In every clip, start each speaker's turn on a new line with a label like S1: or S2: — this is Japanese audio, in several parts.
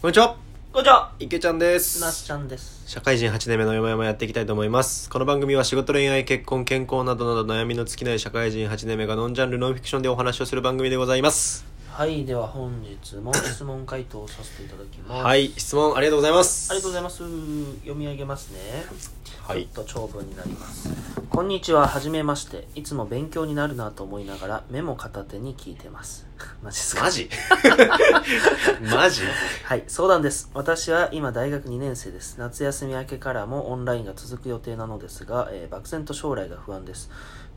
S1: こんにちは
S2: こんにちは
S1: 池ちゃんです
S2: なっちゃんです
S1: 社会人8年目のよもやもやっていきたいと思います。この番組は仕事、恋愛、結婚、健康などなど悩みの尽きない社会人8年目がノンジャンル、ノンフィクションでお話をする番組でございます。
S2: はいでは本日も質問回答をさせていただきます
S1: はい、質問ありがとうございます。
S2: ありがとうございます読み上げますね
S1: はい
S2: ちょっと長文になりますこんにちははじめましていつも勉強になるなと思いながらメモ片手に聞いてます マジっすか
S1: マ ジマジ
S2: はい、相談です。私は今大学2年生です。夏休み明けからもオンラインが続く予定なのですが、えー漠然と将来が不安です、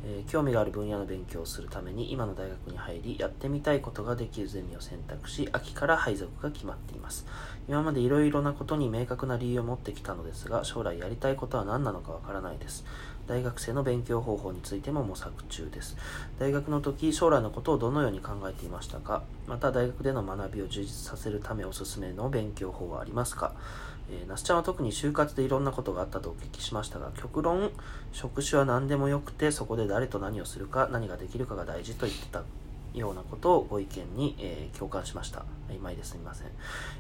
S2: えー興味がある分野の勉強をするために今の大学に入り、やってみたいことができるゼミを選択し、秋から配属が決まっています。今までいろいろなことに明確な理由を持ってきたのですが、将来やりたいことは何なのかわからないです。大学生の勉強方法についても模索中です大学の時将来のことをどのように考えていましたかまた大学での学びを充実させるためおすすめの勉強法はありますか、えー、那須ちゃんは特に就活でいろんなことがあったとお聞きしましたが極論職種は何でもよくてそこで誰と何をするか何ができるかが大事と言ってたようなことをご意見に、えー共感しました曖昧ですみません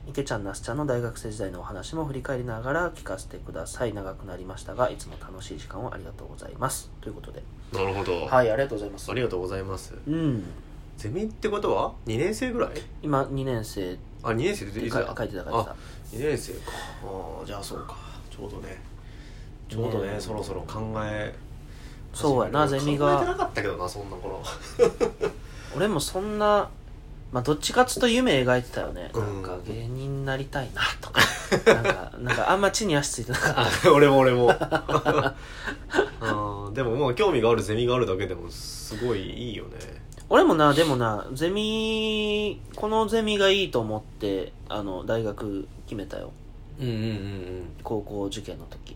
S2: 池ちゃん那須ちゃんの大学生時代のお話も振り返りながら聞かせてください長くなりましたがいつも楽しい時間をありがとうございますということで
S1: なるほど。
S2: はいありがとうございます
S1: ありがとうございます。
S2: うん
S1: ゼミってことは ?2 年生ぐらい
S2: 今2年生っ
S1: あ、2年生って
S2: て
S1: い
S2: か
S1: だ
S2: 書いてた書いてた
S1: 2年生かあーじゃあそうかちょうどねちょうどね
S2: ねえ
S1: そろそろ考え
S2: そうやなゼミ
S1: 考
S2: が
S1: えてなかったけどなそんな頃
S2: 俺もそんなまあどっちかっつうと夢描いてたよね、
S1: うん
S2: なんか芸人になりたいなとかなんかなんかあんま地に足ついてなかった
S1: あ俺も俺も あーでもまあ興味があるゼミがあるだけでもすごいいいよね
S2: 俺もなでもなゼミこのゼミがいいと思ってあの大学決めたよ
S1: うんうんうんうん
S2: 高校受験の時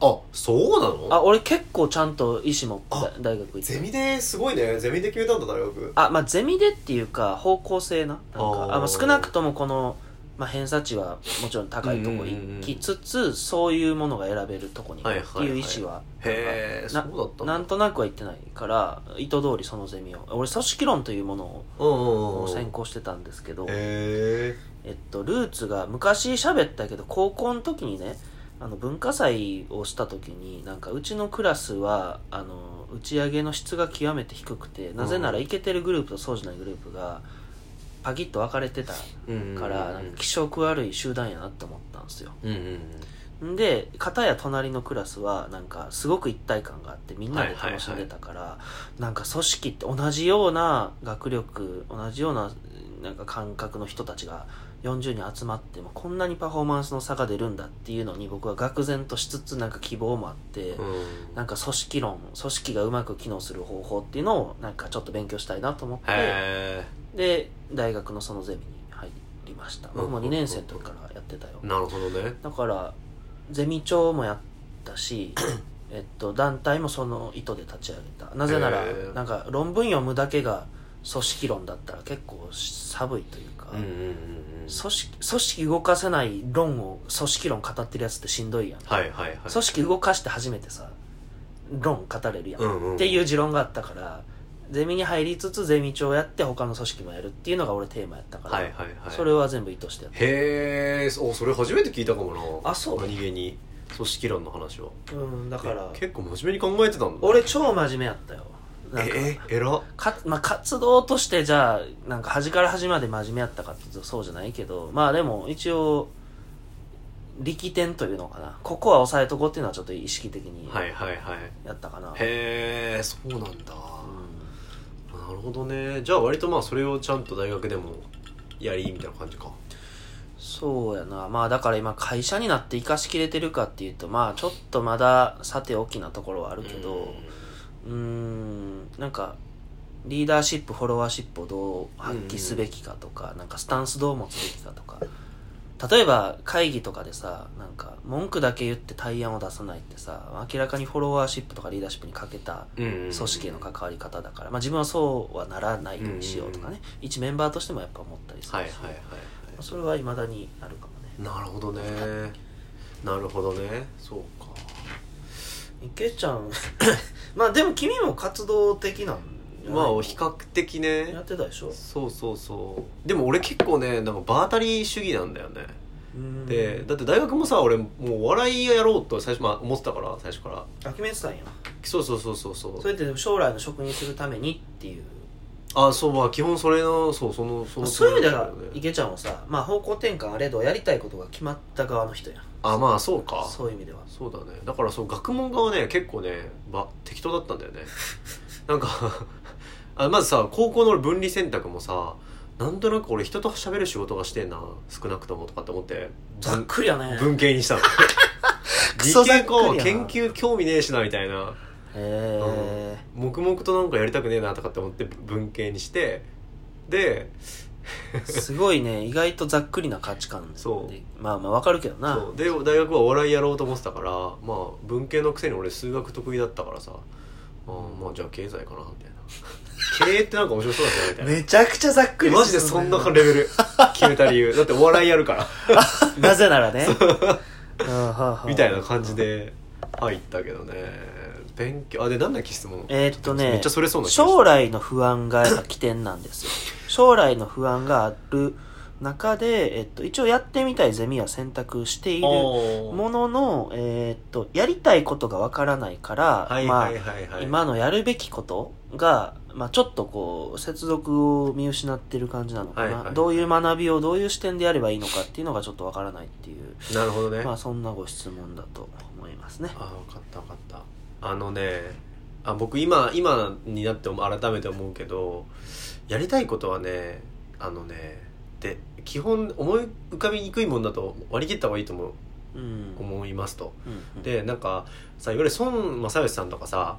S1: あそうなの
S2: あ俺結構ちゃんと意思持って大学行って
S1: ゼミですごいねゼミで決めたんだ大学
S2: あまあゼミでっていうか方向性ななん
S1: あー
S2: かあ、まあ、少なくともこの、まあ、偏差値はもちろん高いとこ行きつつ、そういうものが選べるとこに行くっていう意思は
S1: へえそう
S2: な
S1: だったんだ
S2: なんとなくは言ってないから意図通りそのゼミを俺組織論というもの
S1: うんうんうんう
S2: を
S1: ん
S2: 専
S1: へ
S2: 攻してたんですけど、
S1: え
S2: えっと、ルーツが昔喋ったけど高校の時にねあの文化祭をした時になんかうちのクラスはあの打ち上げの質が極めて低くてなぜならイケてるグループとそうじゃないグループがパキッと分かれてたからなんか気色悪い集団やなって思ったんですよ
S1: うんうんうん
S2: んで片や隣のクラスはなんかすごく一体感があってみんなで楽しんでたから、なんか組織って同じような学力同じようななんか感覚の人たちが40人集まってもこんなにパフォーマンスの差が出るんだっていうのに僕は愕然としつつなんか希望もあって、
S1: うん
S2: なんか組織論組織がうまく機能する方法っていうのをなんかちょっと勉強したいなと思って、
S1: へ
S2: で大学のそのゼミに入りました僕も2年生の時からやってたよ、
S1: えなるほどね
S2: だからゼミ長もやっ たしえっと団体もその意図で立ち上げたなぜなら、
S1: へー
S2: なんか論文読むだけが組織論だったら結構寒いというか、
S1: うんうんうんうん
S2: 組織組織動かせない論を組織論語ってるやつってしんどいやん、
S1: はいはいはい
S2: 組織動かして初めてさ論語れるやん、
S1: うんうん
S2: っていう持論があったからゼミに入りつつゼミ長やって他の組織もやるっていうのが俺テーマやったから、
S1: はいはいはい
S2: それは全部意図してやった
S1: へえおそれ初めて聞いたかもな
S2: あそう
S1: 何気に組織論の話は
S2: うんだから
S1: え結構真面目に考えてたんだ
S2: 俺超真面目やったよなんか
S1: ええ偉っ
S2: か、まあ、活動としてじゃあなんか端から端まで真面目やったかっていうとそうじゃないけどまあでも一応力点というのかなここは押さえとこうっていうのはちょっと意識的に
S1: はいはいはい
S2: やったかな、
S1: へえそうなんだ
S2: うん
S1: なるほどねじゃあ割とまあそれをちゃんと大学でもやりみたいな感じか
S2: そうやなまあだから今会社になって生かしきれてるかっていうとまあちょっとまださておきなところはあるけどうーんなんかリーダーシップフォロワーシップをどう発揮すべきかとか、なんかスタンスどう持つべきかとか例えば会議とかでさなんか文句だけ言って対案を出さないってさ明らかにフォロワーシップとかリーダーシップに欠けた
S1: 組
S2: 組織への関わり方だから、まあ、自分はそうはならないようにしようとかね、一メンバーとしてもやっぱ思ったりするし、
S1: はいはいはいは
S2: まあそれはいまだにあるかもね
S1: いなるほどねなるほどねそうか
S2: 池ちゃん まあでも君も活動的なんじゃない
S1: まあ比較的ね
S2: やってたでしょ
S1: そうそうそうでも俺結構ねなんか場当たり主義なんだよね
S2: うん
S1: でだって大学もさ俺もうお笑いやろうと最初まあ思ってたから最初から
S2: あ決めてたんや
S1: そうそうそうそうそう
S2: それって将来の職にするためにっていう
S1: あそうまあ基本それのそうそのそ
S2: ま
S1: の
S2: あそういう意味で
S1: だ
S2: は
S1: よね
S2: 池ちゃんもさ、まあ、方向転換あれどやりたいことが決まった側の人や
S1: あまあそうか
S2: そういう意味では
S1: そうだねだからそう学問側ね結構ね、ば適当だったんだ よねなんか あまずさ高校の俺分離選択もさなんとなく俺人と喋る仕事がしてえな少なくともとかって思って
S2: ざっくりやね
S1: 文系 にしたの
S2: クソ
S1: 理
S2: ざっ
S1: 系
S2: くりや
S1: か
S2: な
S1: 研究興味ねえしなみたいな
S2: へ
S1: 黙々となんかやりたくねえなとかって思って文系にしてで
S2: えすごいね意外とざっくりな価値観で
S1: そう
S2: まあまあわかるけどな
S1: そうで大学はお笑いやろうと思ってたからまあ文系のくせに俺数学得意だったからさあーまあじゃあ経済かな みたいな経営ってなんか面白そうだったなみたいな
S2: めちゃくちゃざっく
S1: え
S2: り
S1: マジでそんなレ ベル決めた理由だってお笑いやるから
S2: なぜならね
S1: みたいな感じで入ったけどね勉強あでなんだっけ質問
S2: えーっとね
S1: めっちゃそれそうな気がした
S2: 将来の不安がやっぱ起点なんですよ将来の不安がある中で、えっと、一応やってみたいゼミは選択しているも
S1: も
S2: のの、えーっとやりたいことがわからないから、
S1: はい
S2: まあ
S1: はいはいはい、
S2: 今のやるべきことが、まあ、ちょっとこう接続を見失ってる感じなのかな、
S1: はいはいはい
S2: どういう学びをどういう視点でやればいいのかっていうのがちょっとわからないっていう、
S1: なるほどね、
S2: まあそんなご質問だと思いますね
S1: あ分かった分かったあのねあ僕今今になっても改めて思うけどやりたいことはねあのねで基本思い浮かびにくいもんだと割り切った方がいいと思う
S2: うん
S1: 思いますと
S2: うんうん
S1: でなんかさいわゆる孫正義さんとかさ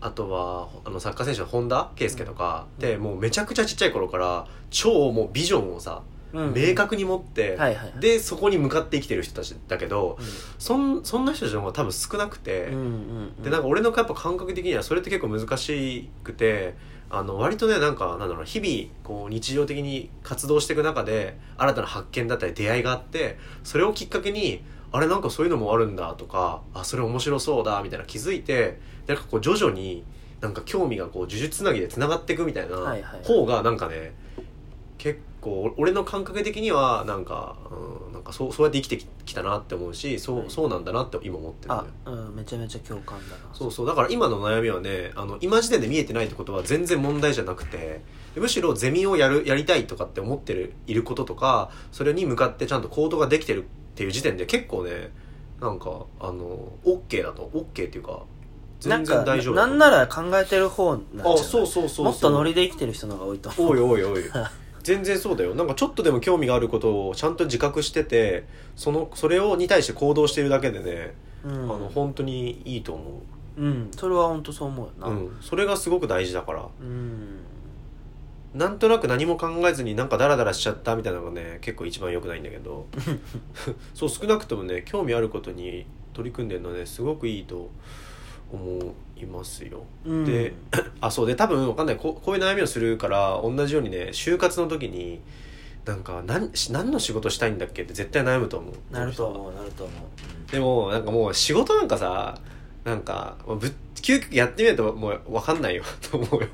S1: あとはあのサッカー選手の本田圭佑とか、
S2: うん
S1: でもうめちゃくちゃちっちゃい頃から超もうビジョンをさ、
S2: うん
S1: 明確に持って、
S2: はいはいはい
S1: でそこに向かって生きてる人たちだけどそんそんな人たちの方が多分少なくて、
S2: うんうんうん
S1: でなんか俺のやっぱ感覚的にはそれって結構難しくてあの割とねなんかなんだろう日々こう日常的に活動していく中で新たな発見だったり出会いがあってそれをきっかけにあれなんかそういうのもあるんだとかあそれ面白そうだみたいな気づいてなんかこう徐々になんか興味がこう呪術つなぎでつながっていくみたいな
S2: はいはい
S1: 方がなんかね結構俺の感覚的にはなんか、うん、なんかそうそうやって生きてききたなって思うしそう,、
S2: はい
S1: そうなんだなって今思ってるんだ
S2: あ
S1: よ、
S2: うん、めちゃめちゃ共感だな
S1: そうそうだから今の悩みはねあの今時点で見えてないってことは全然問題じゃなくてむしろゼミをやるやりたいとかって思ってるいることとかそれに向かってちゃんと行動ができてるっていう時点で結構ねなんかあの OK だと OK っていうか
S2: な
S1: 全
S2: んか
S1: 然大丈夫
S2: なんなら考えてる方なんじゃない
S1: あそうそうそうそう
S2: もっとノリで生きてる人の方が多いと思う
S1: おいおいおい全然そうだよなんかちょっとでも興味があることをちゃんと自覚しててそのそれをに対して行動してるだけでね、
S2: う
S1: あの
S2: ん、
S1: 本当にいいと思
S2: うん、それは本当そう思うよ
S1: う、
S2: な
S1: うん、それがすごく大事だから
S2: うん
S1: なんとなく何も考えずになんかダラダラしちゃったみたいなのがね結構一番良くないんだけ どそう少なくともね興味あることに取り組んでるのねすごくいいと思いますよ
S2: うん
S1: であそうで多分わかんないこうこういう悩みをするから同じようにね就活の時になんか何し何の仕事したいんだっけって絶対悩むと思う
S2: なると思うなると思う
S1: でもなんかもう仕事なんかさなんかもうぶっ究極やってみないともう分かんないよ と思うよ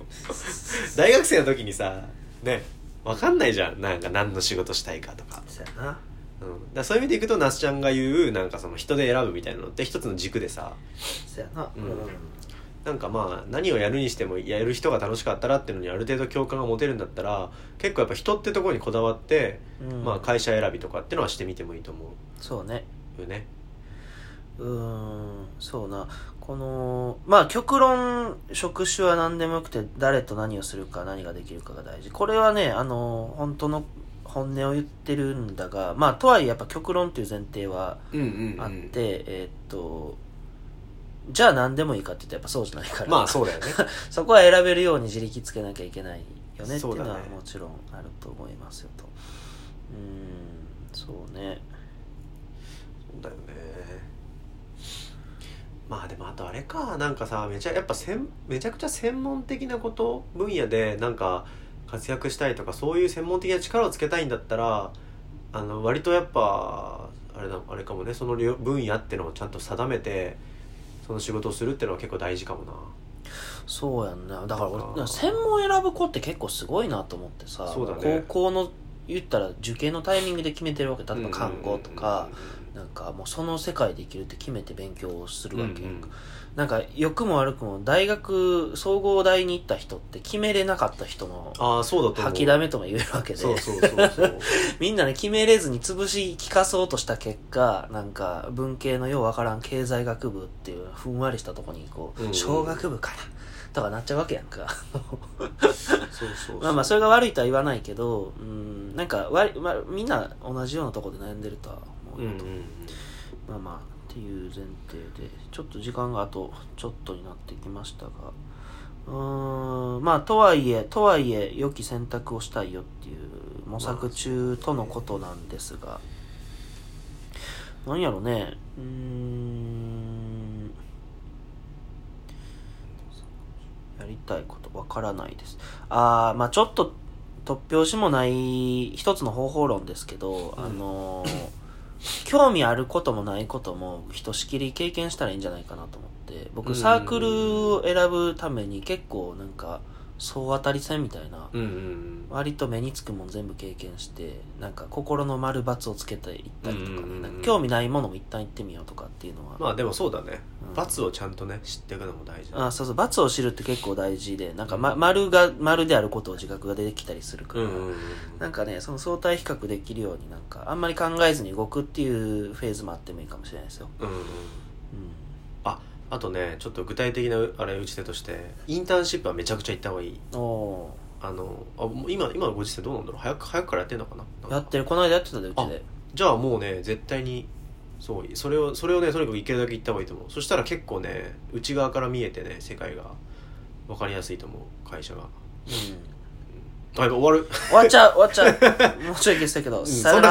S1: 大学生の時にさね分かんないじゃんなんか何の仕事したいかとか,、
S2: そうやな
S1: うん、だからそういう意味でいくと那須ちゃんが言うなんかその人で選ぶみたいなのって一つの軸でさ
S2: そうやな
S1: うんなんかまあ何をやるにしてもやる人が楽しかったらっていうのにある程度共感が持てるんだったら結構やっぱ人ってところにこだわって、
S2: うん
S1: まあ会社選びとかってのはしてみてもいいと思
S2: そうね
S1: うよね
S2: うーんそうなこのまあ極論職種は何でもよくて誰と何をするか何ができるかが大事これはねあの本当の本音を言ってるんだがまあとはいえやっぱ極論っていう前提は
S1: うんうん、
S2: あって、えーっとじゃあ何でもいいかって言うとやっぱそうじゃないから、
S1: まあそうだよね
S2: そこは選べるように自力つけなきゃいけないよねってい
S1: そうう
S2: の
S1: だね
S2: はもちろんあると思いますよとう,、ーんそうね
S1: そうだよねまあでもあとあれかなんかさめちゃやっぱせんめちゃくちゃ専門的なこと分野でなんか活躍したいとかそういう専門的な力をつけたいんだったらあの割とやっぱあれだあれかもねその領分野ってのをちゃんと定めてその仕事をするってのは結構大事かもな
S2: そうやんなだから
S1: あ
S2: 俺
S1: ー
S2: 専門選ぶ子って結構すごいなと思ってさ
S1: そうだね
S2: 高校の言ったら受験のタイミングで決めてるわけ例えば看護とかなんかもうその世界で生きるって決めて勉強をす
S1: う
S2: る
S1: んう
S2: わ
S1: ん
S2: け、なんか良くも悪くも大学総合大に行った人って決めれなかった人の
S1: ああそうだと思う
S2: 吐きだめとも言えるわけで
S1: そうそうそうそう
S2: みんなね決めれずに潰し聞かそうとした結果なんか文系のようわからん経済学部っていうふんわりしたとこにこ
S1: うん
S2: う小学部かなとかなっちゃうわけやんか
S1: そうそうそう
S2: まあまあそれが悪いとは言わないけどうんなんかわ、まあ、みんな同じようなとこで悩んでるとは
S1: うん
S2: 思う
S1: うん
S2: よと、まあまあっていう前提でちょっと時間があとちょっとになってきましたがうーんまあとはいえとはいえ良き選択をしたいよっていう模索中とのことなんですが、なんやろねうーんやりたいことわからないですああまあちょっと突拍子もない一つの方法論ですけど、
S1: うん
S2: あのー興味あることもないこともひとしきり経験したらいいんじゃないかなと思って
S1: うん
S2: 僕サークルを選ぶために結構なんか総当たり戦みたいな
S1: うんうん
S2: 割と目につくもん全部経験してなんか心の丸×をつけていったりとか
S1: うんうんうんう
S2: ね
S1: ん
S2: なんか興味ないものも一旦行ってみようとかっていうのは、
S1: まあでもそうだね
S2: うん
S1: 罰をちゃんとね知っていくのも大事だ
S2: あそうそう×を知るって結構大事でなんか、ま、丸が丸であることを自覚が出てきたりするか
S1: う
S2: ら、
S1: んうんうん
S2: なんかねその相対比較できるようになんかあんまり考えずに動くっていうフェーズもあってもいいかもしれないですよ、
S1: うんうん
S2: う
S1: あとねちょっと具体的なあれ打ち手としてインターンシップはめちゃくちゃ行った方がいい
S2: ん、お
S1: あのあもう今今のご時世どうなんだろう早く早くからやってんのかななん
S2: ー
S1: か
S2: やってるこの間やってたでうちで
S1: じゃあもうね絶対にそうそれをそれをねとにかくいけるだけ行った方がいいと思うそしたら結構ね内側から見えてね世界が分かりやすいと思う会社が
S2: うん
S1: あやばい終わる
S2: 終わっちゃう終わっちゃうもうちょい消したけど、
S1: ん
S2: さよな